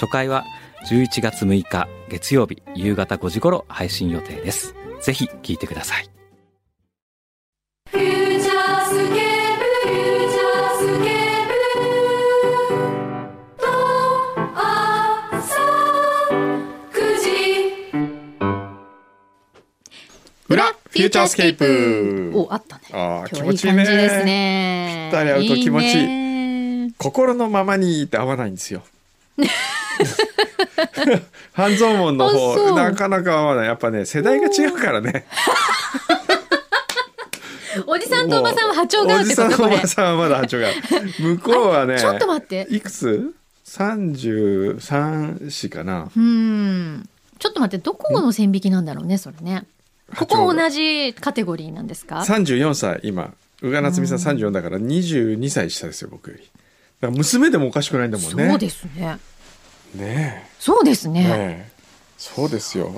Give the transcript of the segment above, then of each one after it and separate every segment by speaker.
Speaker 1: 初回は11月6日月曜日夕方5時頃配信予定ですぜひ聞いてください
Speaker 2: フューチャースケープ、フューチャースケープ。と、あ、さ、くじ。
Speaker 3: 裏フューチャースケープ
Speaker 4: おあったね
Speaker 3: あー
Speaker 4: 今日はいい
Speaker 3: 気持ちいいね
Speaker 4: 感じですね
Speaker 3: ぴったり合うと気持ちいい
Speaker 4: いね
Speaker 3: 心のままにって合わないん ですよ半蔵門の
Speaker 4: あそ
Speaker 3: 方
Speaker 4: う
Speaker 3: なかなか合わないやっぱね世代が違うからね
Speaker 4: おじさんとおばさんは波長が合う
Speaker 3: お
Speaker 4: っ
Speaker 3: じ
Speaker 4: てこ
Speaker 3: さん
Speaker 4: と
Speaker 3: と
Speaker 4: こ
Speaker 3: お
Speaker 4: れ
Speaker 3: ばさんはまだ波長が合う向こうはね
Speaker 4: ちょっと待って
Speaker 3: いくつ ?33 子かな
Speaker 4: うんちょっと待ってどこの線引きなんだろうねそれねここ同じカテゴリーなんですか
Speaker 3: 34歳今宇賀夏美さん34だから22歳下ですよ僕よりだから娘でもおかしくないんだもんね
Speaker 4: そうですね
Speaker 3: ね
Speaker 4: そうです
Speaker 3: え
Speaker 4: ね
Speaker 3: ねえそうですよ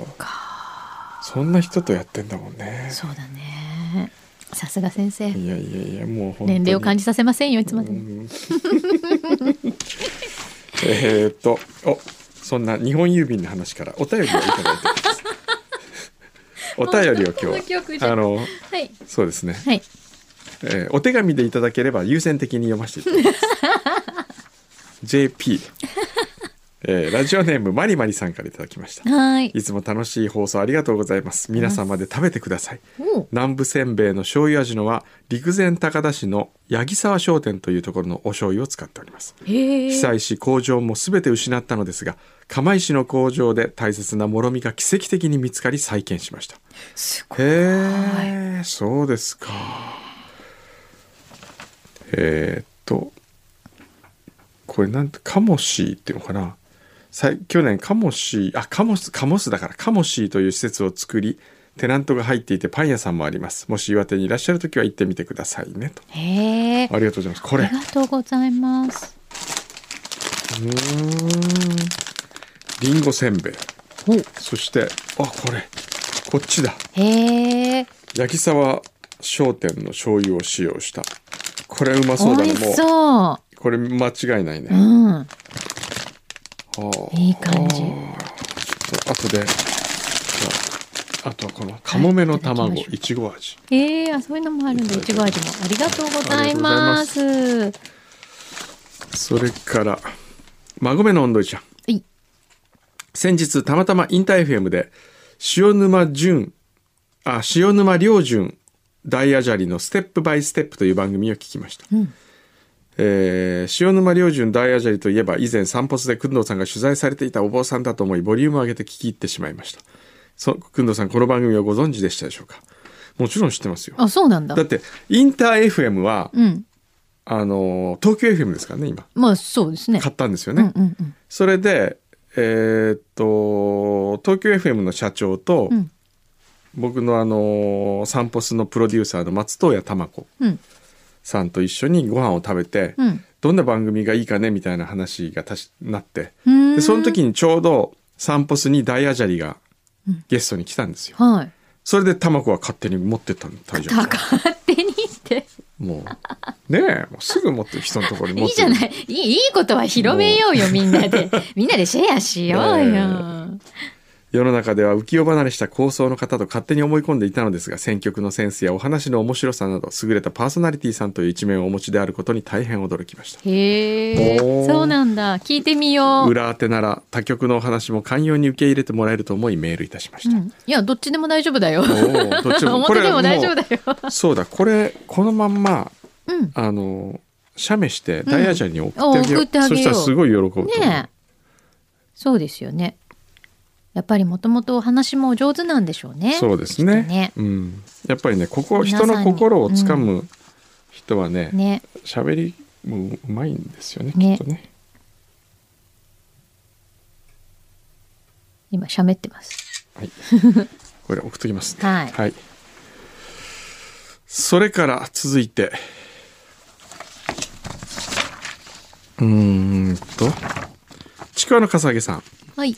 Speaker 3: そんな人とやってんだもんね
Speaker 4: そうだねさすが先生
Speaker 3: いやいやいやもう本当に
Speaker 4: 年齢を感じさせませんよいつまでも
Speaker 3: えーっとおそんな日本郵便の話からお便りをいただいて ます。お便りを
Speaker 4: もう記
Speaker 3: 今
Speaker 4: 憶
Speaker 3: 日
Speaker 4: じゃん
Speaker 3: あの
Speaker 4: はい
Speaker 3: そうですね、
Speaker 4: はい
Speaker 3: えーお手紙でいただければ優先的に読ませていただきます。JP、えーラジオネームマリマリさんからいただきました。
Speaker 4: はーい
Speaker 3: いつも楽しい放送ありがとうございます。皆様で食べてください。
Speaker 4: おう
Speaker 3: 南部せんべいの醤油味のは陸前高田市の八木沢商店というところのお醤油を使っております。
Speaker 4: へ
Speaker 3: 被
Speaker 4: え
Speaker 3: 災し工場も全て失ったのですが釜石の工場で大切なもろみが奇跡的に見つかり再建しました
Speaker 4: すごい
Speaker 3: へえそうですかえーっとこれなんてカモシーっていうのかなさい去年カモシーあカモスカモスだからカモシーという施設を作りテナントが入っていてパン屋さんもありますもし岩手にいらっしゃる時は行ってみてくださいねと
Speaker 4: へえ
Speaker 3: ありがとうございますこれ
Speaker 4: ありがとうございます
Speaker 3: うーんりんごせんべい
Speaker 4: お
Speaker 3: そしてあこれこっちだ
Speaker 4: へえ
Speaker 3: 八木沢商店の醤油を使用したこれうまそうだ
Speaker 4: 美
Speaker 3: ねも
Speaker 4: 味し
Speaker 3: う
Speaker 4: そ。
Speaker 3: これ間違いないうね、
Speaker 4: うん。
Speaker 3: ああ
Speaker 4: いい感じ
Speaker 3: ああとでじゃああとはこのカモメの卵、
Speaker 4: はいいただきましょう
Speaker 3: いちご味
Speaker 4: ええあ、そういうのもあるんで、いちご味も。ありがとうございます。は
Speaker 3: それから馬込の温度いちゃん
Speaker 4: い。
Speaker 3: 先日たまたまインター FM で塩沼純あ塩沼良純大アジャリの「ステップバイステップ」という番組を聞きました、
Speaker 4: うん
Speaker 3: えー塩沼良純大アジャリといえば以前散髪で工藤さんが取材されていたお坊さんだと思いボリュームを上げて聞き入ってしまいましたそ工藤さんこの番組をご存知でしたでしょうかもちろん知ってますよ
Speaker 4: あ、そうなんだ
Speaker 3: だ。ってインター FM は、
Speaker 4: うん。
Speaker 3: あのー東京 FM ですからね今
Speaker 4: まあ、そうですね。
Speaker 3: 買ったんですよ
Speaker 4: う
Speaker 3: ね、
Speaker 4: んうんうん。
Speaker 3: それで、えーっと、東京 FM の社長と、
Speaker 4: うん
Speaker 3: 僕のあのー、サンポスのプロデューサーの松任谷玉子
Speaker 4: うん。
Speaker 3: さんと一緒にご飯を食べて、
Speaker 4: うん
Speaker 3: どんな番組がいいかねみたいな話がたしなって、
Speaker 4: うーん
Speaker 3: で、その時にちょうどサンポスにダイアジャリがゲストに来たんですよ。
Speaker 4: はい。
Speaker 3: それで玉子は勝手に持ってったの、大丈夫。
Speaker 4: 勝手にって。
Speaker 3: もう、ねえ、もうすぐ持ってる人のところに
Speaker 4: い
Speaker 3: 持
Speaker 4: い
Speaker 3: って
Speaker 4: じゃ
Speaker 3: る
Speaker 4: ない。いい、いいことは広めようよ、みんなで。みんなでシェアし よう
Speaker 3: ね
Speaker 4: よ。
Speaker 3: 世の中では浮世離れした構想の方と勝手に思い込んでいたのですが選曲のセンスやお話の面白さなど優れたパーソナリティさんという一面をお持ちであることに大変驚きました
Speaker 4: へえ。
Speaker 3: おー
Speaker 4: そうなんだ。聞いてみよう。
Speaker 3: 裏当てなら他局のお話も寛容に受け入れてもらえると思いメールいたしまし
Speaker 4: う
Speaker 3: た、
Speaker 4: んいや、どっちでも大丈夫だよ。
Speaker 3: おおどっちもこ
Speaker 4: 表
Speaker 3: れ
Speaker 4: でも大丈夫だよ。
Speaker 3: もうそうだこれこのまんま
Speaker 4: うん。
Speaker 3: あの写メしてダイヤちゃんに送ってあげよう,、
Speaker 4: うん送ってあげよ
Speaker 3: そし
Speaker 4: う
Speaker 3: たらすごい喜ぶと思う
Speaker 4: ねえそうですよねやっぱりもともとお話もお上手なんでしょうね
Speaker 3: そうです
Speaker 4: き
Speaker 3: ね
Speaker 4: っとね
Speaker 3: うん、やっぱりねここ
Speaker 4: 皆
Speaker 3: 人
Speaker 4: さんに
Speaker 3: の心をつかむ人はね、
Speaker 4: ね
Speaker 3: 喋りもうまいんですよね
Speaker 4: ね
Speaker 3: きっとね
Speaker 4: 今喋ってます。
Speaker 3: これ送っときます、
Speaker 4: はい
Speaker 3: それから続いてうーんとちくわのかさげさん
Speaker 4: はい。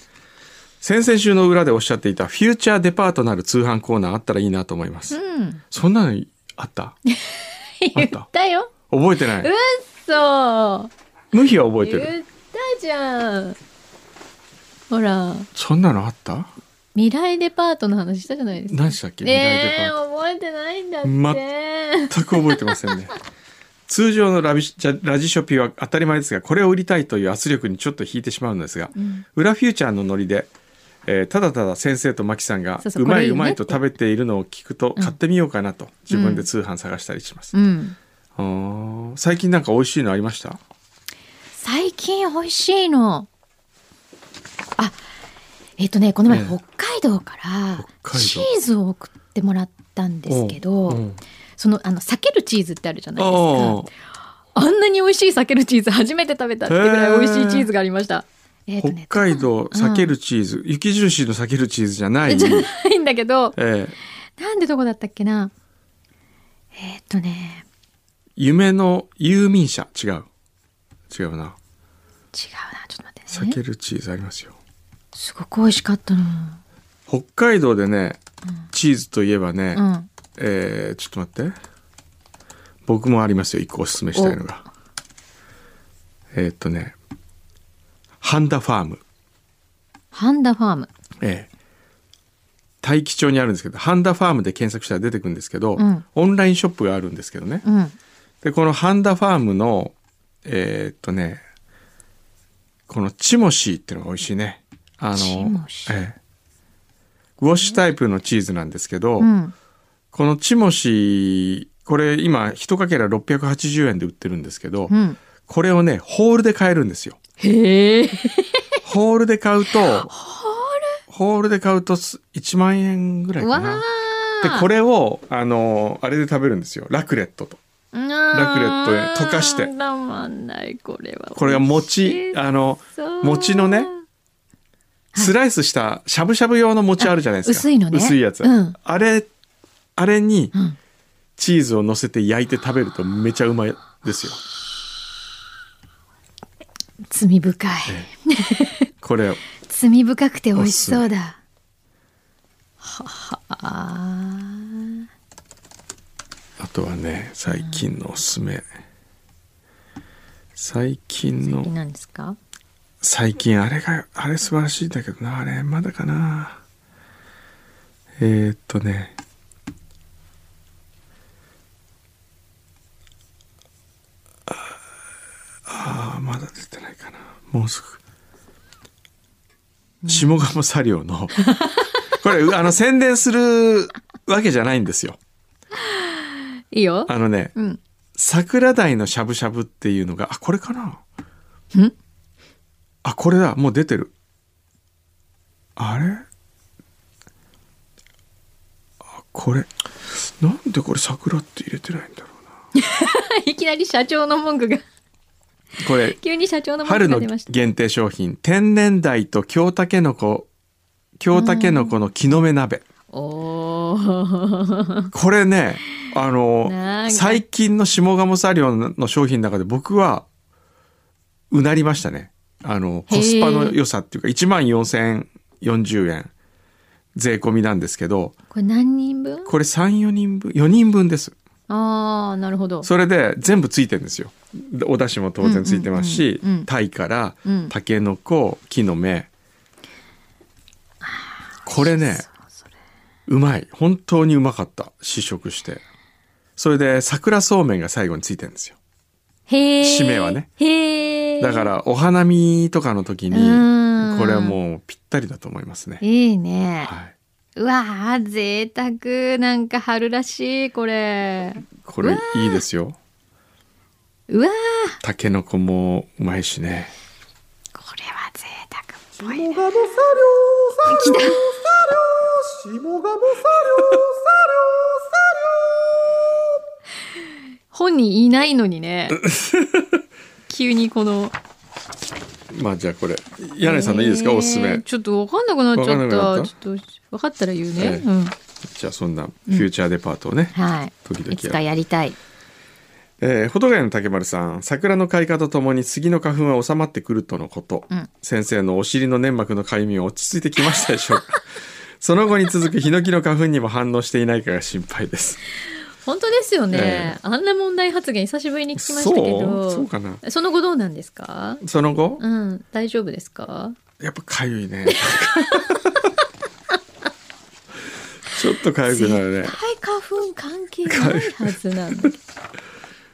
Speaker 3: 先々週の裏でおっしゃっていたフューチャーデパートなる通販コーナーあったらいいなと思います、
Speaker 4: うん。
Speaker 3: そんなのあった
Speaker 4: 言ったよ。
Speaker 3: 覚えてな
Speaker 4: うっ
Speaker 3: い
Speaker 4: そ
Speaker 3: 無比は覚えて
Speaker 4: 言っ
Speaker 3: る
Speaker 4: たじゃん。ほら、
Speaker 3: そんなのあった
Speaker 4: 未来デパートの話したじゃないですか。
Speaker 3: 何でしたっけ未来
Speaker 4: ね
Speaker 3: デ
Speaker 4: え、
Speaker 3: パート
Speaker 4: 覚えてないんだって。
Speaker 3: ま全く覚えてませんね通常のラビジャラジショピは当たり前ですがこれを売りたいという圧力にちょっと引いてしまうのですが、裏フューチャーのノリで、えーただただ先生とマキさんが
Speaker 4: そうそう
Speaker 3: う
Speaker 4: こ
Speaker 3: ま
Speaker 4: れいい
Speaker 3: い
Speaker 4: よ
Speaker 3: う
Speaker 4: ね
Speaker 3: まいと
Speaker 4: って
Speaker 3: 食べているのを聞くと買ってみようかなと自分で通販探したりします、
Speaker 4: うん。
Speaker 3: あー最近なんか美味しいのありました
Speaker 4: 最近美味しいの。あ、えっ、とね、この前
Speaker 3: ええ
Speaker 4: 北海道から
Speaker 3: 北海道
Speaker 4: チーズを送ってもらったんですけど、
Speaker 3: うんうん
Speaker 4: そのあの避けるチーズってあるじゃないです
Speaker 3: あ
Speaker 4: か。あんなに美味しい避けるチーズ初めて食べたってぐらい美味しいチーズがありました。えっ、
Speaker 3: ー
Speaker 4: とね、
Speaker 3: 北海道
Speaker 4: どこ
Speaker 3: 避けるチーズ、雪印の避けるチーズじゃない
Speaker 4: じゃないんだけど、
Speaker 3: えー
Speaker 4: なんでどこだったっけな。えっ、とね、
Speaker 3: 夢の遊民者違う違うな
Speaker 4: 違うな、ちょっと待って
Speaker 3: 避
Speaker 4: ね。
Speaker 3: けるチーズありますよ
Speaker 4: すごく美味しかったの。
Speaker 3: 北海道でね、チーズといえばね、
Speaker 4: うん。
Speaker 3: えーちょっと待って僕もありますよ一個おすすめしたいのがえーっとねハンダファーム
Speaker 4: ハンダファーム。
Speaker 3: ええ大樹町にあるんですけどハンダファームで検索したら出てくるんですけど、
Speaker 4: うん
Speaker 3: オンラインショップがあるんですけどね、
Speaker 4: うん。
Speaker 3: でこのハンダファームのえーっとねこのチモシーっていうのが美味しいねあの
Speaker 4: チモシー
Speaker 3: ええウォッシュタイプのチーズなんですけど、
Speaker 4: うん。
Speaker 3: このチモシー、これ今一かけら680円で売ってるんですけど、
Speaker 4: うん。
Speaker 3: これをね、ホールで買えるんです よ。
Speaker 4: へえ。
Speaker 3: ホールで買うと、ホールで買うとす1万円ぐらいか
Speaker 4: わ
Speaker 3: な。
Speaker 4: あ。
Speaker 3: で、これを、あの、あれで食べるんですよ。ラクレットと。
Speaker 4: ラ
Speaker 3: クレットで溶かして
Speaker 4: たまんない、これは。
Speaker 3: これが餅、あの、
Speaker 4: そう
Speaker 3: 餅のね、スライスしたしゃぶしゃぶ用の餅あるじゃないですか。
Speaker 4: あ薄いのね
Speaker 3: 薄いやつ。
Speaker 4: うん
Speaker 3: あれ、あれに
Speaker 4: うん
Speaker 3: チーズを乗せて焼いて食べるとめちゃうまいですよ。
Speaker 4: 罪深い。
Speaker 3: これ、
Speaker 4: 罪深くて美味しそうだ。はあ。
Speaker 3: あとはね最近のおすすめ、最近の
Speaker 4: 何ですか
Speaker 3: 最近あれがあれ素晴らしいんだけどなあれまだかなえー、っとねああーまだ出てないかなもうすぐ下鴨サリオのこれあの宣伝するわけじゃないんですよ
Speaker 4: いいよ。
Speaker 3: あのね、
Speaker 4: ん
Speaker 3: 桜鯛のしゃぶしゃぶっていうのが、あ、これかな
Speaker 4: うん
Speaker 3: あ、これだ、もう出てる。あれあ、これ。なんでこれ桜って入れてないんだろうな。
Speaker 4: いきなり社長の文句が、
Speaker 3: これ、
Speaker 4: 急に社長の文
Speaker 3: 春
Speaker 4: 句
Speaker 3: の
Speaker 4: が出ました。
Speaker 3: 限定商品、天然鯛と京たけのこ、京たけのこの木の芽鍋。
Speaker 4: おー。
Speaker 3: これね、あ
Speaker 4: なん
Speaker 3: の、
Speaker 4: か
Speaker 3: 最近の下鴨サリオの商品の中で僕は、うなりましたね。あの、
Speaker 4: へー
Speaker 3: コスパの良さっていうか、14,040円、税込みなんですけど、
Speaker 4: これ何人分
Speaker 3: これ3、4人分、4人分です。
Speaker 4: ああ、なるほど。
Speaker 3: それで全部ついてるんですよ。お出汁も当然ついてますし
Speaker 4: うんうんうんうん、
Speaker 3: タイから
Speaker 4: うん、
Speaker 3: タケノコ、木の芽。これね、うまい。本当にうまかった。試食して。それで、桜そうめんが最後についてるんですよ。
Speaker 4: へえ。
Speaker 3: 締めはね。
Speaker 4: へえ。
Speaker 3: だか。ら、お花見とかの時に、こ
Speaker 4: うん
Speaker 3: れはもうぴったりだと思いますね。
Speaker 4: いいね。
Speaker 3: はいう
Speaker 4: わあ、贅沢。なんか春らしい、これ。
Speaker 3: これ、いいですよ。
Speaker 4: うわ
Speaker 3: タケノコもうまいしね。
Speaker 4: あ、これは贅 沢っぽい。 本人いないのにね。急にこの
Speaker 3: まあじゃあこれ柳井さんのいいですか、おすす
Speaker 4: え
Speaker 3: め
Speaker 4: ーちょっと分かんなくなっち
Speaker 3: わか
Speaker 4: ゃ
Speaker 3: んな
Speaker 4: っ。
Speaker 3: くなったた
Speaker 4: ちょっと分かったら言うね
Speaker 3: え。え
Speaker 4: うん。
Speaker 3: じゃあそんなフューチャーデパートをね、
Speaker 4: はい。
Speaker 3: 時々やる
Speaker 4: いつかやりたい。
Speaker 3: えー、保土ヶ谷の竹丸さん桜の開花とともに杉の花粉は収まってくるとのこと、
Speaker 4: ん
Speaker 3: 先生のお尻の粘膜のかゆみは落ち着いてきましたでしょうか その後に続くヒノキの花粉にも反応していないかが心配です
Speaker 4: 本当ですよ
Speaker 3: え
Speaker 4: ね。あんな問題発言久しぶりに聞きましたけ
Speaker 3: そう
Speaker 4: ど。
Speaker 3: そうかな
Speaker 4: その後どうなんですか。
Speaker 3: その後、
Speaker 4: うん、大丈夫ですか。
Speaker 3: やっぱかゆいね ちょっとかゆくなるね
Speaker 4: はい、花粉関係ないはずなんだけど。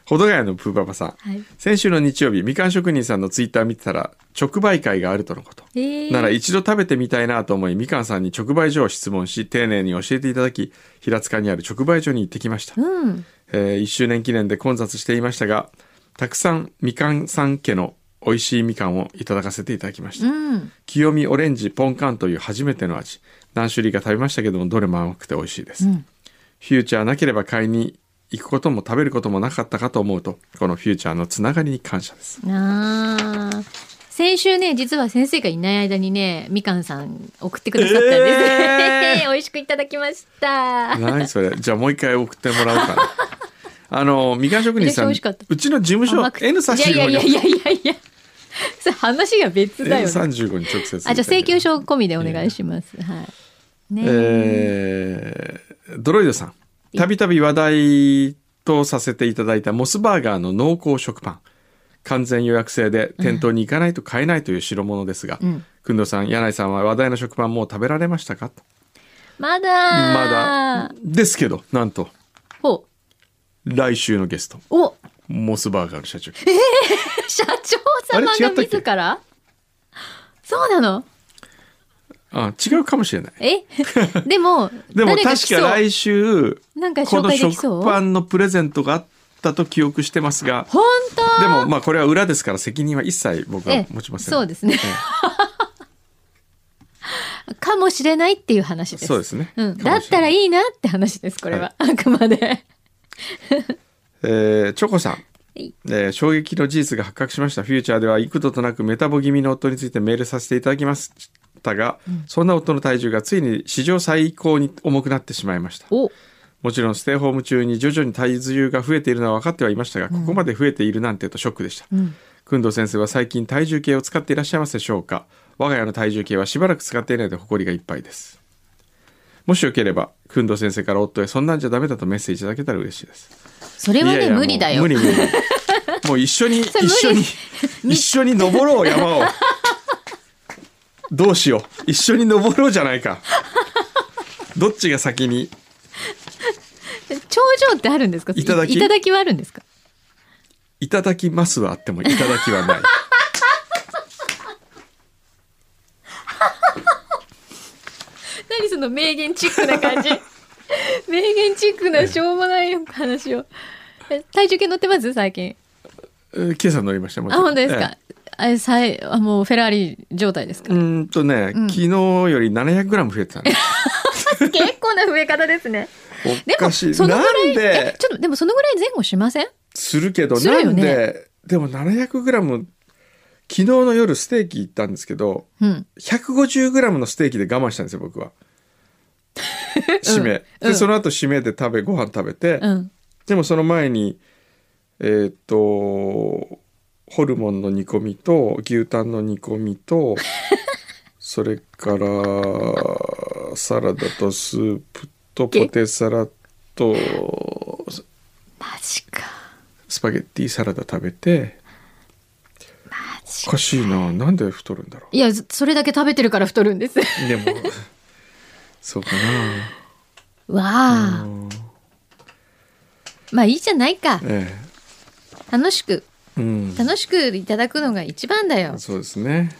Speaker 3: 保土ヶ谷のプーパパさん
Speaker 4: はい。
Speaker 3: 先週の日曜日みかん職人さんのツイッター見てたら直売会があるとのこと
Speaker 4: えー、
Speaker 3: なら一度食べてみたいなと思いみかんさんに直売所を質問し丁寧に教えていただき平塚にある直売所に行ってきました、
Speaker 4: うん。
Speaker 3: え1周年記念で混雑していましたがたくさんみかんさん家の美味しいみかんをいただかせていただきました、
Speaker 4: うん。
Speaker 3: 清見オレンジポンカンという初めての味何種類か食べましたけどもどれも甘くて美味しいです、
Speaker 4: うん
Speaker 3: フューチャーなければ買いに行くことも食べることもなかったかと思うとこのフューチャーのつながりに感謝です
Speaker 4: なあ。先週ね、実は先生がいない間にね、みかんさん送ってくださったんです。
Speaker 3: え
Speaker 4: 美味しくいただきました。
Speaker 3: 何それじ ゃあもう一回送ってもらおうかな あのみかん職人さん
Speaker 4: めちゃくちゃ美味しかった
Speaker 3: うちの事務所
Speaker 4: 甘くて
Speaker 3: N さん
Speaker 4: いやいやいやいやいやいや。それ話が別だよ、ね。
Speaker 3: N35 に直接
Speaker 4: あ、じゃあ請求書込みでお願いします。はい。ね
Speaker 3: えードロイドさんたびたび話題とさせていただいたモスバーガーの濃厚食パン完全予約制で店頭に行かないと買えないという代物ですが、
Speaker 4: ん
Speaker 3: くんどさん柳井さんは話題の食パンもう食べられましたかと
Speaker 4: まだ
Speaker 3: まだですけどなんと
Speaker 4: ほ
Speaker 3: 来週のゲスト
Speaker 4: う。お、
Speaker 3: モスバーガーの社長
Speaker 4: 社長
Speaker 3: あれ
Speaker 4: 様
Speaker 3: 違
Speaker 4: が
Speaker 3: ったっけ
Speaker 4: 自らそうなの
Speaker 3: あ違うかもしれない
Speaker 4: えでも、
Speaker 3: でも確
Speaker 4: 誰来
Speaker 3: か
Speaker 4: そう
Speaker 3: 来週
Speaker 4: なんか
Speaker 3: こ
Speaker 4: 紹
Speaker 3: の
Speaker 4: 介できそう
Speaker 3: 食パンのプレゼントがあったと記憶してますが
Speaker 4: 本当
Speaker 3: でもまあこれは裏ですから責任は一切僕は
Speaker 4: え
Speaker 3: 持ちません
Speaker 4: そうですね。 かもしれないっていう話です。
Speaker 3: そうですね
Speaker 4: うん、
Speaker 3: かもしれな
Speaker 4: だ
Speaker 3: い
Speaker 4: ったらいいなって話です、これは。あくまで。
Speaker 3: えーチョコさん、え
Speaker 4: い
Speaker 3: ー衝撃の事実が発覚しましたフューチャーでは幾度となくメタボ気味の夫についてメールさせていただきましたが、そんな夫の体重がついに史上最高に重くなってしまいました
Speaker 4: お、
Speaker 3: もちろんステイホーム中に徐々に体重が増えているのは分かってはいましたが、ここまで増えているなんてとショックでした。工藤先生は最近体重計を使っていらっしゃいますでしょうか我が家の体重計はしばらく使っていないので埃がいっぱいです。もしよければ、工藤先生から夫へそんなんじゃダメだとメッセージいただけたら嬉しいです。
Speaker 4: それはね、
Speaker 3: いやいや
Speaker 4: 無理だよ。
Speaker 3: もう無理無理。 もう一緒に、
Speaker 4: それ
Speaker 3: 一
Speaker 4: 無理
Speaker 3: 緒に、一緒に登ろう山を。どうしよう。一緒に登ろうじゃないか。どっちが先に
Speaker 4: 頂上ってあるんですか
Speaker 3: いただき
Speaker 4: いただきはあるんですか
Speaker 3: いただきますはあってもいただき はない。
Speaker 4: 何その名言チックな 感じ名言チックなしょうもない話をえ体重計乗ってます最近
Speaker 3: えー今朝乗りました。もち
Speaker 4: あ
Speaker 3: ろん
Speaker 4: 本当です。
Speaker 3: え
Speaker 4: か、あれさいあもうフェラーリ状態です
Speaker 3: えう
Speaker 4: か、
Speaker 3: ーんとね、昨日より700グラム増えてたね。
Speaker 4: 結構な増え方ですねで
Speaker 3: お
Speaker 4: も
Speaker 3: かしい。
Speaker 4: そのぐら
Speaker 3: なん
Speaker 4: いえ
Speaker 3: で
Speaker 4: ちょっとでもそのぐらい前後しません
Speaker 3: するけど、
Speaker 4: する
Speaker 3: な
Speaker 4: よ
Speaker 3: ん
Speaker 4: ね
Speaker 3: ででも700グラム昨日の夜ステーキ行ったんですけど、
Speaker 4: うん
Speaker 3: 150グラムのステーキで我慢したんですよ 僕は。締め、
Speaker 4: う
Speaker 3: で
Speaker 4: ん
Speaker 3: その後締めで食べご飯食べて、
Speaker 4: うん
Speaker 3: でもその前にえーっとホルモンの煮込みと牛タンの煮込み とそれからサラダとスープとポテサラと
Speaker 4: マジか
Speaker 3: スパゲッティサラダ食べて
Speaker 4: マジ
Speaker 3: お
Speaker 4: か
Speaker 3: かしいななんで太るんだろ
Speaker 4: いやそそれだけ食べてるから太る んですわ
Speaker 3: うで もそうか
Speaker 4: あ
Speaker 3: な、うん
Speaker 4: まあいいじゃないか
Speaker 3: え
Speaker 4: 楽しく
Speaker 3: えうん
Speaker 4: 楽しくいただくのが一番だよ
Speaker 3: そうですね。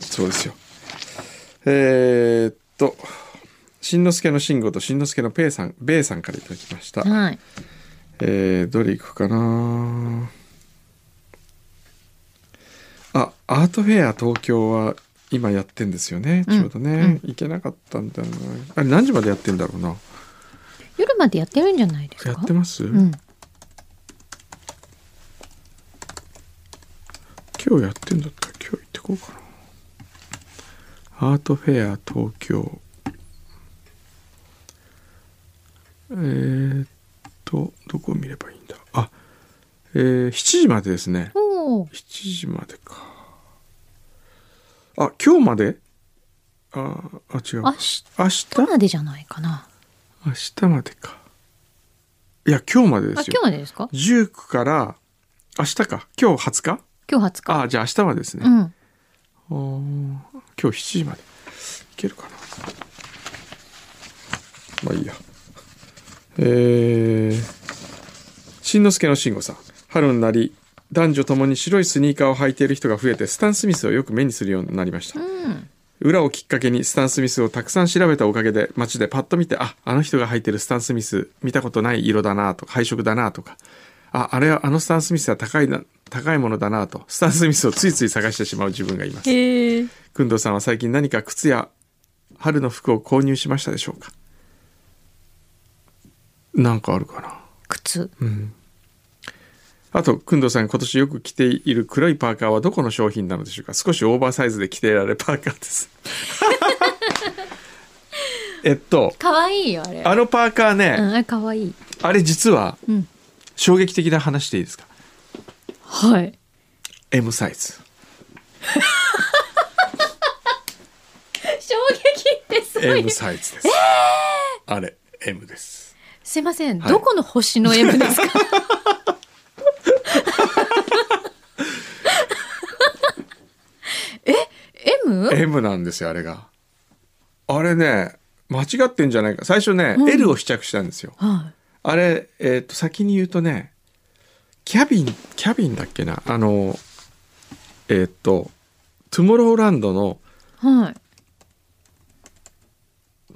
Speaker 3: そうですよ。えーっと、しんのすけのしんごとしんのすけのペイさん、ベイさんからいただきました。
Speaker 4: はい
Speaker 3: えー、どれいくかなあ、アートフェア東京は今やってんですよね。ちょうどね、行けなかったんだよな。あれ何時までやってんだろうな。
Speaker 4: 夜までやってるんじゃないですか
Speaker 3: やってます、
Speaker 4: うん
Speaker 3: 今日やってんだったら今日こうかなアートフェア東京えー、っとどこを見ればいいんだあえー、7時までですね
Speaker 4: おお。
Speaker 3: 7時までかあ今日までああ違う
Speaker 4: 明日
Speaker 3: 明日
Speaker 4: までじゃないかな。
Speaker 3: 明日までかいや今日までで
Speaker 4: あ、今
Speaker 3: す
Speaker 4: 日
Speaker 3: よ
Speaker 4: までですか
Speaker 3: 19から明日か今日20日
Speaker 4: 今日20日。
Speaker 3: あじゃあ明日までですね、
Speaker 4: う
Speaker 3: あ
Speaker 4: ん。
Speaker 3: ー今日7時までいけるかなまあいいやえー、しんのすけのしんごさん春になり男女ともに白いスニーカーを履いている人が増えてスタン・スミスをよく目にするようになりました、
Speaker 4: うん。
Speaker 3: 裏をきっかけにスタン・スミスをたくさん調べたおかげで街でパッと見てああの人が履いてるスタン・スミス見たことない色だなとか配色だなとかああれはあのスタン・スミスは高いな高いものだなとスタン・スミスをついつい探してしまう自分がいます
Speaker 4: へえ。
Speaker 3: 工藤さんは最近何か靴や春の服を購入しましたでしょうかなんかあるかな
Speaker 4: 靴。
Speaker 3: あと、くんどうさん、今年よく着ている黒いパーカーはどこの商品なのでしょうか少しオーバーサイズで着ていられるパーカー です。えっと、
Speaker 4: かわいいよ、あれ。
Speaker 3: あのパーカーね、
Speaker 4: うん、あれかわいい。
Speaker 3: あれ実は
Speaker 4: うん。
Speaker 3: 衝撃的な話でいいですか
Speaker 4: はい。
Speaker 3: ?M サイズ。
Speaker 4: 衝撃ってすごい
Speaker 3: M。サイズです。あれ、M です。
Speaker 4: すいません、
Speaker 3: はい
Speaker 4: どこの星の M で すかえ M?
Speaker 3: M なんですよ、あれが。あれね、間違ってんじゃないか。最初ね、
Speaker 4: うん
Speaker 3: L を試着したんですよ。
Speaker 4: は
Speaker 3: あれ、えっ、と、先に言うとね、キャビン、キャビンだっけな、あの、えっ、と、トゥモローランドの、
Speaker 4: い。はい。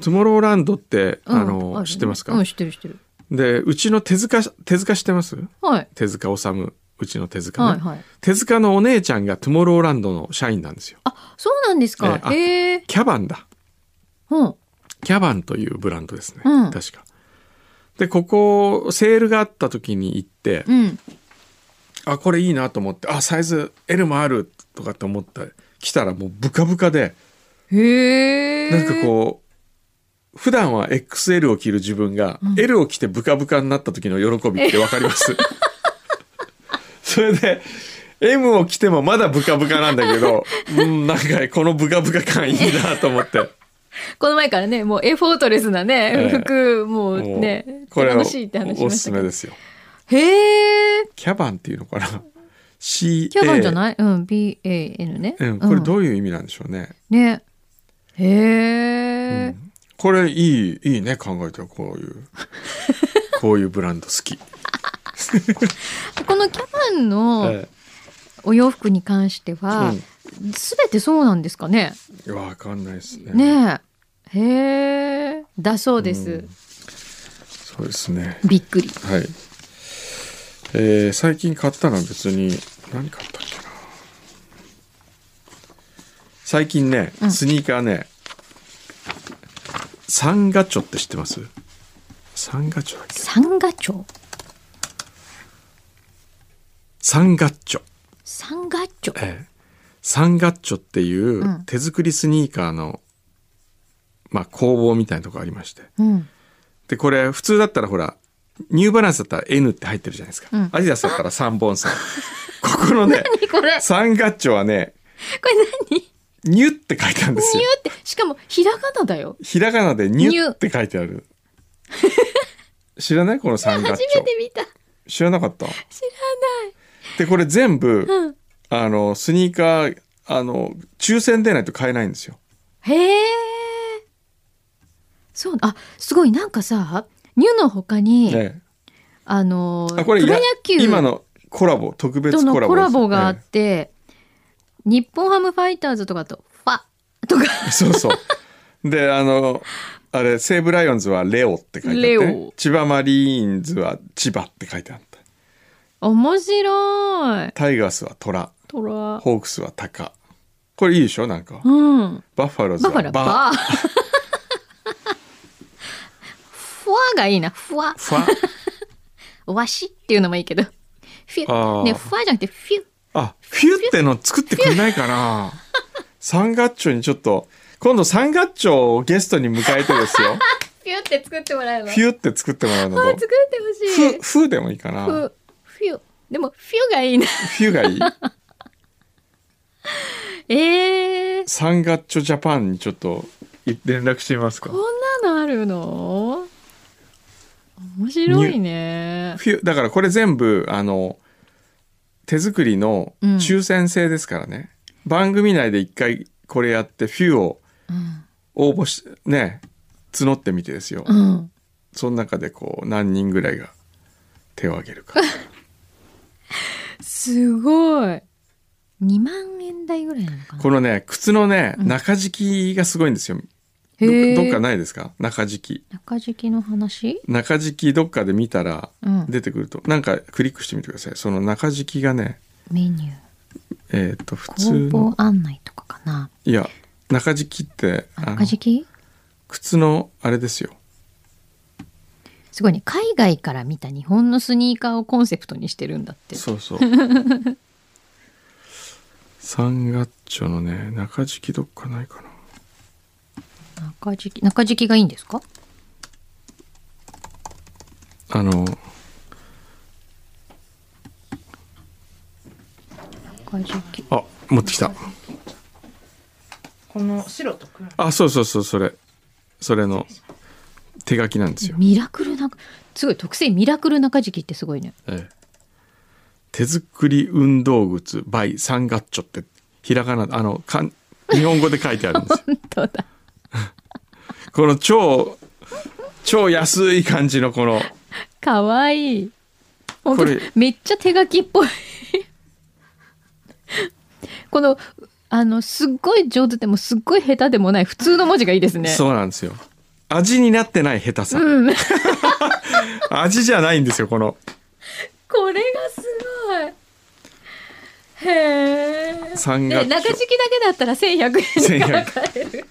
Speaker 3: トゥモローランドって、
Speaker 4: うん
Speaker 3: あの、
Speaker 4: るね
Speaker 3: 知ってますか、
Speaker 4: うん、知ってる知ってる。
Speaker 3: で、うちの手塚、手塚知ってます
Speaker 4: はい。
Speaker 3: 手塚治虫、うちの手塚、ね
Speaker 4: はいはい。
Speaker 3: 手塚のお姉ちゃんがトゥモローランドの社員なんですよ。
Speaker 4: あ、そうなんですか
Speaker 3: え。あ
Speaker 4: へえ。
Speaker 3: キャバンだ。
Speaker 4: うん。
Speaker 3: キャバンというブランドですね。
Speaker 4: うん
Speaker 3: 確か。で、ここ、セールがあった時に行って、
Speaker 4: うん。
Speaker 3: あこれいいなと思ってあサイズ L もあるとかって思った来たらもうブカブカで
Speaker 4: へえ。
Speaker 3: なんかこう普段は XL を着る自分が、L を着てブカブカになった時の喜びってわかります それで M を着てもまだブカブカなんだけ どうんなんかこのブカブカ感いいなと思って
Speaker 4: この前からね、もうエフォートレスなね、
Speaker 3: ええ
Speaker 4: 服、もう
Speaker 3: もう
Speaker 4: ね、
Speaker 3: これを
Speaker 4: 楽しいって話し
Speaker 3: お
Speaker 4: ますし
Speaker 3: す
Speaker 4: たけ
Speaker 3: め
Speaker 4: ど
Speaker 3: で。すよ
Speaker 4: へえ。
Speaker 3: キャバンっていうのかな CA
Speaker 4: キャバンじゃないうん、BAN ね。
Speaker 3: うん、これど
Speaker 4: う
Speaker 3: ういう意味なんでしょうね、
Speaker 4: ね。へえ。
Speaker 3: これいいいいね考えたらこういう こういうブランド好き、
Speaker 4: このキャバンの
Speaker 3: え
Speaker 4: お洋服に関しては、すべてそうなんですかね。
Speaker 3: えわかんないですね
Speaker 4: ねえ。へえ。だそうです。
Speaker 3: そうですね
Speaker 4: びっくり。
Speaker 3: はいえー最近買ったのは別に何買ったっけな最近ね
Speaker 4: うん
Speaker 3: スニーカーね、サンガチョって知ってますサンガチョだっけ
Speaker 4: サンガチョ
Speaker 3: サンガッチョ、
Speaker 4: サンガチョ
Speaker 3: ええサンガッチョってい
Speaker 4: うん
Speaker 3: う手作りスニーカーの、まあ工房みたいなとこありまして
Speaker 4: うん。
Speaker 3: でこれ普通だったらほらニューバランスだったら N って入ってるじゃないですか、
Speaker 4: うん
Speaker 3: アディダスだったら3本さ ここのね
Speaker 4: これ、
Speaker 3: サンガッチョはね
Speaker 4: これ何
Speaker 3: ニュって書いてあるんですよ
Speaker 4: って、しかもひらがなだよ。
Speaker 3: ひらがなでニュって書いてある 知らないこのサンガッ
Speaker 4: 初
Speaker 3: チ
Speaker 4: め
Speaker 3: ョ
Speaker 4: て見た。
Speaker 3: 知らなかった
Speaker 4: 知らない。
Speaker 3: でこれ全部、
Speaker 4: うん
Speaker 3: あのスニーカーあの抽選でないと買えないんですよ
Speaker 4: へえ。そう、あ、すごい、なんかさ、ニュの他に、
Speaker 3: ね
Speaker 4: あのー、
Speaker 3: あこれい
Speaker 4: プロ
Speaker 3: や
Speaker 4: 野球
Speaker 3: 今のコラボ特別
Speaker 4: との
Speaker 3: コラボ
Speaker 4: コラボがあ
Speaker 3: っ
Speaker 4: ってて、日本ハムファイターズとかと、ファとか、
Speaker 3: そうそう。で、あの、あれ、西武ライオンズはレオって書いてあって、
Speaker 4: レオ
Speaker 3: 千葉マリーンズは千葉って書いてあった。
Speaker 4: 面白い。
Speaker 3: タイガースはトラ、
Speaker 4: トラ。
Speaker 3: ホークスはタカ。これいいでしょなんか。
Speaker 4: うん。
Speaker 3: バッファローズ
Speaker 4: だか
Speaker 3: は
Speaker 4: ら、
Speaker 3: バ
Speaker 4: バー。 ふわがいいな、ふわ。
Speaker 3: ファ。
Speaker 4: わしっていうのもいいけど。フィ
Speaker 3: あ
Speaker 4: ュ。
Speaker 3: ー
Speaker 4: ね、ふわじゃなくて、フィュ。
Speaker 3: あ、フィュっての作ってくれないかなサンガッチョにちょっと、今度サンガッチョをゲストに迎えてです よ。
Speaker 4: ピュって作ってもらえば。
Speaker 3: フ
Speaker 4: ュ
Speaker 3: ィュって作ってもらうの
Speaker 4: 作っ
Speaker 3: と、
Speaker 4: てほしい
Speaker 3: フ、。フーでもいいかな。フ
Speaker 4: フ、フュ。でも、フュがいいな。
Speaker 3: ィュがいい。
Speaker 4: ええー、
Speaker 3: サンガッチョジャパンにちょっとい連絡してみますか
Speaker 4: こ。んなのあるの面白いね。
Speaker 3: フィュだからこれ全部、あの、手作りの
Speaker 4: うん
Speaker 3: 抽選制ですからね。番組内で一回これやって、フィュを
Speaker 4: うん。
Speaker 3: 応募し、ね、募ってみてですよ。
Speaker 4: うん。
Speaker 3: その中でこう、何人ぐらいが手を挙げるか。
Speaker 4: すごい。2万円台ぐらいなのかな。
Speaker 3: このね、靴のね、
Speaker 4: うん
Speaker 3: 中敷きがすごいんですよ。ど
Speaker 4: へえ
Speaker 3: どっかないですか中敷き。
Speaker 4: 中敷きの話
Speaker 3: 中敷きどっかで見たら
Speaker 4: うん
Speaker 3: 出てくると、なんかクリックしてみてください。その中敷きがね、
Speaker 4: メニュー。
Speaker 3: えっ、と、普通
Speaker 4: 広
Speaker 3: の
Speaker 4: 報、案内とかかな。
Speaker 3: いや、中敷きって、あの
Speaker 4: 中、敷き
Speaker 3: 靴のあれですよ。
Speaker 4: すごいね。海外から見た日本のスニーカーをコンセプトにしてるんだって。
Speaker 3: そう そう。サンガッチョのね、中敷きどっかないかな。
Speaker 4: 中敷き、中敷きがいいんですか
Speaker 3: あの、
Speaker 4: 中敷き。
Speaker 3: あ、持ってきた。
Speaker 5: この白と黒
Speaker 3: あ、そうそうそう、それ。それの手書きなんですよ。
Speaker 4: ミラクルな、すごい特製ミラクル中敷きってすごい ね。
Speaker 3: ええ手作り運動靴 by サンガッチョってひらがなあのかん日本語で書いてあるんですよ
Speaker 4: どうだ
Speaker 3: この超超安い感じのこの
Speaker 4: かわいい。本当
Speaker 3: これ
Speaker 4: めっちゃ手書きっぽい。この、あの、すっごい上手でもすっごい下手でもない普通の文字がいいですね。
Speaker 3: そうなんですよ味になってない下手さ、
Speaker 4: うん。
Speaker 3: 味じゃないんですよこの
Speaker 4: これがすごい。へえ。
Speaker 3: サンガ
Speaker 4: で
Speaker 3: ッ
Speaker 4: 中
Speaker 3: チ
Speaker 4: 敷きだけだったら1100円で
Speaker 3: 1100
Speaker 4: 買える。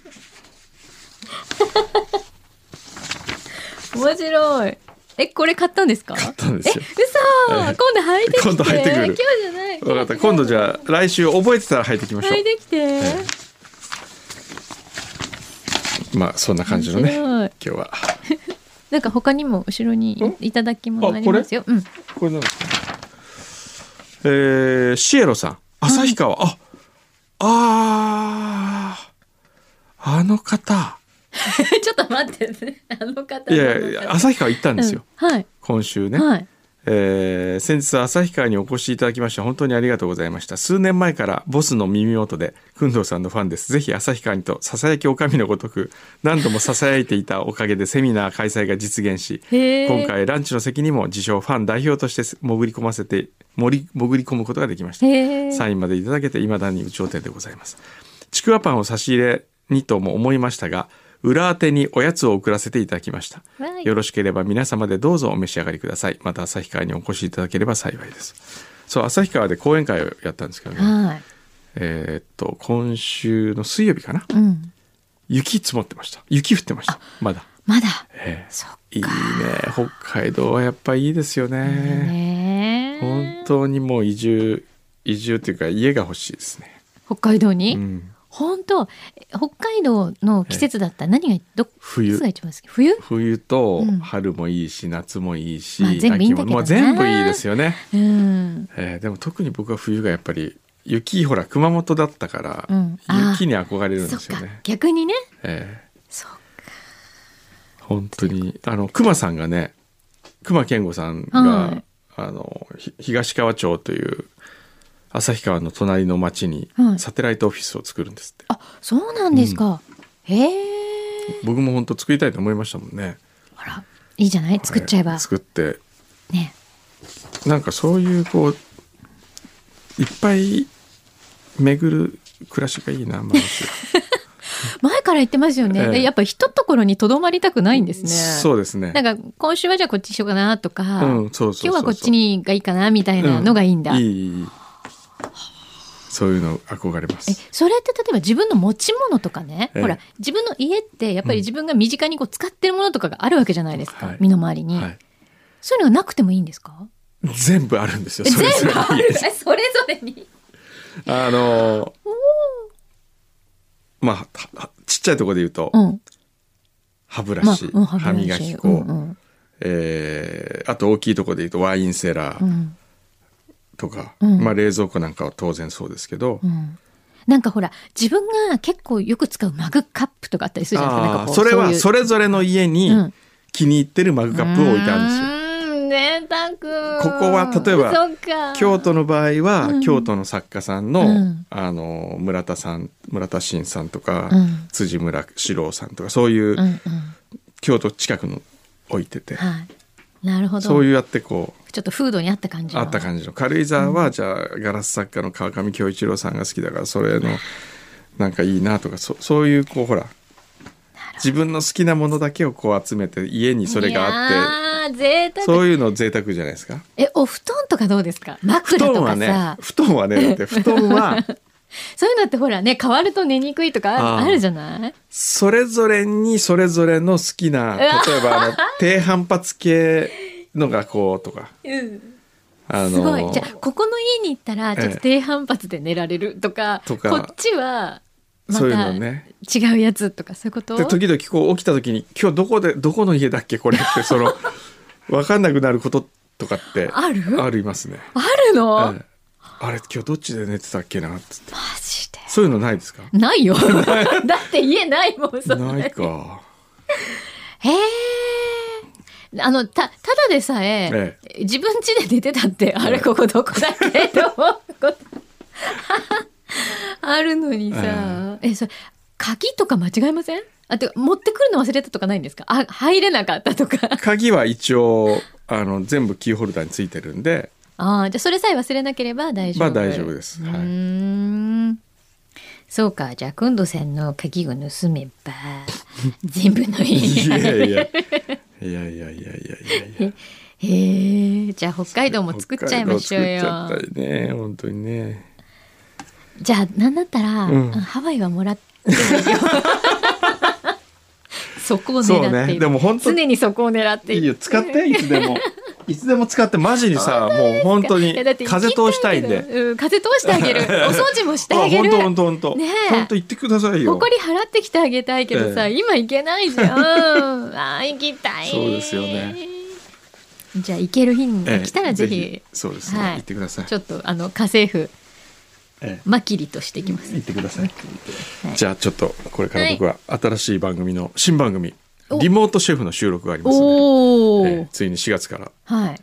Speaker 4: 面白い。え、これ買ったんですか
Speaker 3: ョったんですよ
Speaker 4: 嘘、今度履いてきて。
Speaker 3: 今度履いてくる
Speaker 4: 今日じゃない。
Speaker 3: 分かった今度じゃあ来週覚えてたら履いてきましょ
Speaker 4: 履いてきて。
Speaker 3: うまあそんな感じのね今
Speaker 4: 面白い
Speaker 3: 日は
Speaker 4: なんか他にも後ろにいただき物ありますよ。うん。
Speaker 3: これなんですかえーシエロさん旭川、ああーあの方
Speaker 4: ちょっと待ってね。あの方。
Speaker 3: いやいや旭川行ったん
Speaker 4: う
Speaker 3: ですよ
Speaker 4: ん、はい。
Speaker 3: 今週ね、
Speaker 4: はい。
Speaker 3: えー先日旭川にお越しいただきまして本当にありがとうございました数年前からボスの耳元で工藤さんのファンですぜひ旭川にとささやきおかみのごとく何度もささやいていたおかげでセミナー開催が実現し
Speaker 4: へー
Speaker 3: 今回ランチの席にも自称ファン代表として潜り込ませて潜り潜り込むことができました
Speaker 4: へえ。
Speaker 3: サインまでいただけて未だに有頂天でございます。ちくわパンを差し入れにとも思いましたが、裏宛てにおやつを送らせていただきました。
Speaker 4: はい
Speaker 3: よろしければ皆様でどうぞお召し上がりください。また旭川にお越しいただければ幸いです。そう、旭川で講演会をやったんですけどね。
Speaker 4: は。
Speaker 3: えーっと、今週の水曜日かない
Speaker 4: うん。
Speaker 3: 雪積もってました。雪降ってました。まだ。
Speaker 4: まだ。
Speaker 3: ええ
Speaker 4: そっか。
Speaker 3: いいね。北海道はやっぱいいですよね。
Speaker 4: ねえ
Speaker 3: 本当にもう移住、移住というか家が欲しいですね。
Speaker 4: 北海道に、
Speaker 3: うん
Speaker 4: 本当え北海道の季節だったら何がど
Speaker 3: 冬
Speaker 4: いつが一番好き冬
Speaker 3: 冬と
Speaker 4: うん
Speaker 3: 春もいいし、夏もいいし、
Speaker 4: まあ全部いいんだけどな
Speaker 3: ももう全部いいですよね、
Speaker 4: うん
Speaker 3: えーでも特に僕は冬がやっぱり雪ほら熊本だったから、
Speaker 4: うんあー
Speaker 3: 雪に憧れるんで
Speaker 4: そっ
Speaker 3: すよ
Speaker 4: か
Speaker 3: ね、
Speaker 4: 逆にね
Speaker 3: え
Speaker 4: そう
Speaker 3: ー本当にあの熊さんがね熊健吾さんが、
Speaker 4: はい
Speaker 3: あのひ東川町という旭川の隣の町に
Speaker 4: はい
Speaker 3: サテライトオフィスを作るんですって、
Speaker 4: あそうなんですか、へえ
Speaker 3: 僕も本当作りたいと思いましたもんね
Speaker 4: ほらいいじゃない作っちゃえば、
Speaker 3: はい作って
Speaker 4: ね
Speaker 3: なんかそういうこういっぱい巡る暮らしがいいな、まあ
Speaker 4: 前から言ってますよね、
Speaker 3: ええ
Speaker 4: でやっぱ一ところにとどまりたくないんです ね
Speaker 3: そうですね。
Speaker 4: なんか今週はじゃあこっちしようかなとか、
Speaker 3: うん、そうそうそうそう
Speaker 4: 今日はこっちにがいいかなみたいなのがいいんだ、
Speaker 3: ういいいいいいそういうの憧れま
Speaker 4: え
Speaker 3: す。
Speaker 4: それって例えば自分の持ち物とかね、
Speaker 3: ええ
Speaker 4: ほら自分の家ってやっぱり自分が身近にこう使ってるものとかがあるわけじゃないですか、
Speaker 3: はい
Speaker 4: 身の回りに、
Speaker 3: はい。
Speaker 4: そういうのがなくてもいいんですか
Speaker 3: 全部あるんですよ。それぞ
Speaker 4: 全
Speaker 3: れ
Speaker 4: 部あ
Speaker 3: に
Speaker 4: るえそれぞれに
Speaker 3: あのまあははちっちゃいところで言うと、
Speaker 4: うん
Speaker 3: 歯ブラ
Speaker 4: まあ
Speaker 3: シ、
Speaker 4: うん
Speaker 3: 歯磨き粉、
Speaker 4: うん
Speaker 3: えーあと大きいところで言うとワインセラ
Speaker 4: う
Speaker 3: ー
Speaker 4: ん
Speaker 3: とか、
Speaker 4: うん
Speaker 3: まあ、冷蔵庫なんかは当然そうですけど、
Speaker 4: うんなんかほら自分が結構よく使うマグカップとかあったりするじゃないですかなん
Speaker 3: あー
Speaker 4: かこう
Speaker 3: それは
Speaker 4: ういう
Speaker 3: それぞれの家に
Speaker 4: うん
Speaker 3: 気に入ってるマグカップを置いてあるんですよ。
Speaker 4: うーん贅沢
Speaker 3: ここは例えば
Speaker 4: そっか
Speaker 3: 京都の場合は、
Speaker 4: うん
Speaker 3: 京都の作家さんの,、
Speaker 4: うん
Speaker 3: あの村田さん村田真さんとか、
Speaker 4: うん
Speaker 3: 辻村四郎さんとかそういう、
Speaker 4: うんうん
Speaker 3: 京都近くの置いてて、
Speaker 4: はいなるほど
Speaker 3: そういうやってこう
Speaker 4: ちょっとフードに合った感じの
Speaker 3: あった感じの軽井沢は、じゃあガラス作家の川上京一郎さんが好きだからそれのなんかいいなとかそそういうこうほら自分の好きなものだけをこう集めて家にそれがあって
Speaker 4: いやー贅沢
Speaker 3: そういうの贅沢じゃないですか。
Speaker 4: えお布団とかどうですか
Speaker 3: 布
Speaker 4: 枕と
Speaker 3: 団
Speaker 4: かさ、
Speaker 3: はね布団はねだ って布団は
Speaker 4: そういうのってほらね変わると寝にくいとかあ
Speaker 3: あー
Speaker 4: あるじゃない
Speaker 3: それぞれにそれぞれの好きな例えば あの低反発系のがこうとか。
Speaker 4: うん、
Speaker 3: あの
Speaker 4: すごいじゃあここの家に行ったらちょっと低反発で寝られるとか,、
Speaker 3: とか
Speaker 4: こっちはま
Speaker 3: そういうの
Speaker 4: た
Speaker 3: ね。
Speaker 4: 違うやつとかそういうこと
Speaker 3: で時々こう起きた時に今日どこでどこの家だっけこれって その分かんなくなることとかって
Speaker 4: ある
Speaker 3: ありますね。
Speaker 4: あるの、
Speaker 3: ええあれ今日どっちで寝てたっけなっつって
Speaker 4: マジで
Speaker 3: そういうのないですか
Speaker 4: ない よ だって家 ないもんそんなに
Speaker 3: ないか。
Speaker 4: へえ。あの、た、ただでさえ、
Speaker 3: え
Speaker 4: 自分家で寝てたって、あれ、
Speaker 3: ええ
Speaker 4: ここどこだっけと思うこと。 あるのにさ、え、それ、鍵とか間違えませんあて、持ってくるの忘れたとかないんですかあ、入れなかったとか。
Speaker 3: 鍵は一応あの全部キーホルダーについてるん で
Speaker 4: ああ、じゃあそれさえ忘れなければ大丈夫。
Speaker 3: まあ大丈夫です。
Speaker 4: う
Speaker 3: は
Speaker 4: ー
Speaker 3: い、
Speaker 4: ん。そうか、じゃあ、くんどさんの鍵を盗め ば、全部の家に
Speaker 3: い
Speaker 4: ある
Speaker 3: やいやいやいやいやいやいやいや。
Speaker 4: へえ、じゃあ北海道も作っちゃいましょうよ。
Speaker 3: 北海道作っちゃったりね本当にね。
Speaker 4: じゃあなんだったら、
Speaker 3: うん
Speaker 4: ハワイはもらってもいいよ。 そこを狙
Speaker 3: そう
Speaker 4: っている。
Speaker 3: ねでも本当
Speaker 4: 常にそこを狙ってい
Speaker 3: い
Speaker 4: る。
Speaker 3: いよ使っていつで もいつでも使ってマジにさもう本当に
Speaker 4: いやだって行き
Speaker 3: 風通したいんで。
Speaker 4: うん風通して あげる。お掃除もしてあげ
Speaker 3: 本
Speaker 4: る。
Speaker 3: 当本当本当
Speaker 4: ねえ
Speaker 3: 本当言ってくださいよ。
Speaker 4: 誇り払ってきてあげたいけどさ、
Speaker 3: え
Speaker 4: 今行けないじゃ ん。あー行きたい。
Speaker 3: そうですよね。
Speaker 4: じゃあ行ける日に
Speaker 3: ええ
Speaker 4: 来たらぜひ、
Speaker 3: そうですね、
Speaker 4: はい
Speaker 3: 言ってください
Speaker 4: ち。ょっとあの家政婦
Speaker 3: ええ
Speaker 4: まきりとしてきます。
Speaker 3: 言ってください。
Speaker 4: はい
Speaker 3: じゃあちょっとこれから僕は新しい番組の新番組、
Speaker 4: お
Speaker 3: リモートシェフの収録がありますね。
Speaker 4: おお、
Speaker 3: ええついに4月から
Speaker 4: はい。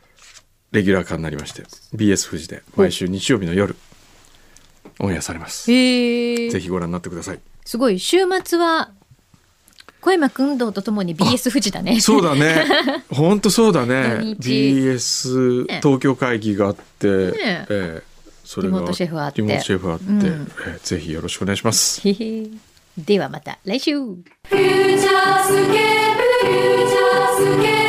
Speaker 3: レギュラー化になりまして BS 富士で毎週日曜日の夜オンエアされます。
Speaker 4: へえ。
Speaker 3: ぜひご覧になってください。
Speaker 4: すごい週末は小山君堂とともに BS 富士だね。
Speaker 3: そうだね。本当そうだね。
Speaker 4: 土日
Speaker 3: BS
Speaker 4: ね
Speaker 3: 東京会議があって、ええそれが
Speaker 4: リモートシェフあって
Speaker 3: リモートシェフあって、
Speaker 4: うん
Speaker 3: ええぜひよろしくお願いします。
Speaker 4: へへ ではまた来
Speaker 2: 「
Speaker 4: 週。
Speaker 2: フューチャースケープフューチャースケープ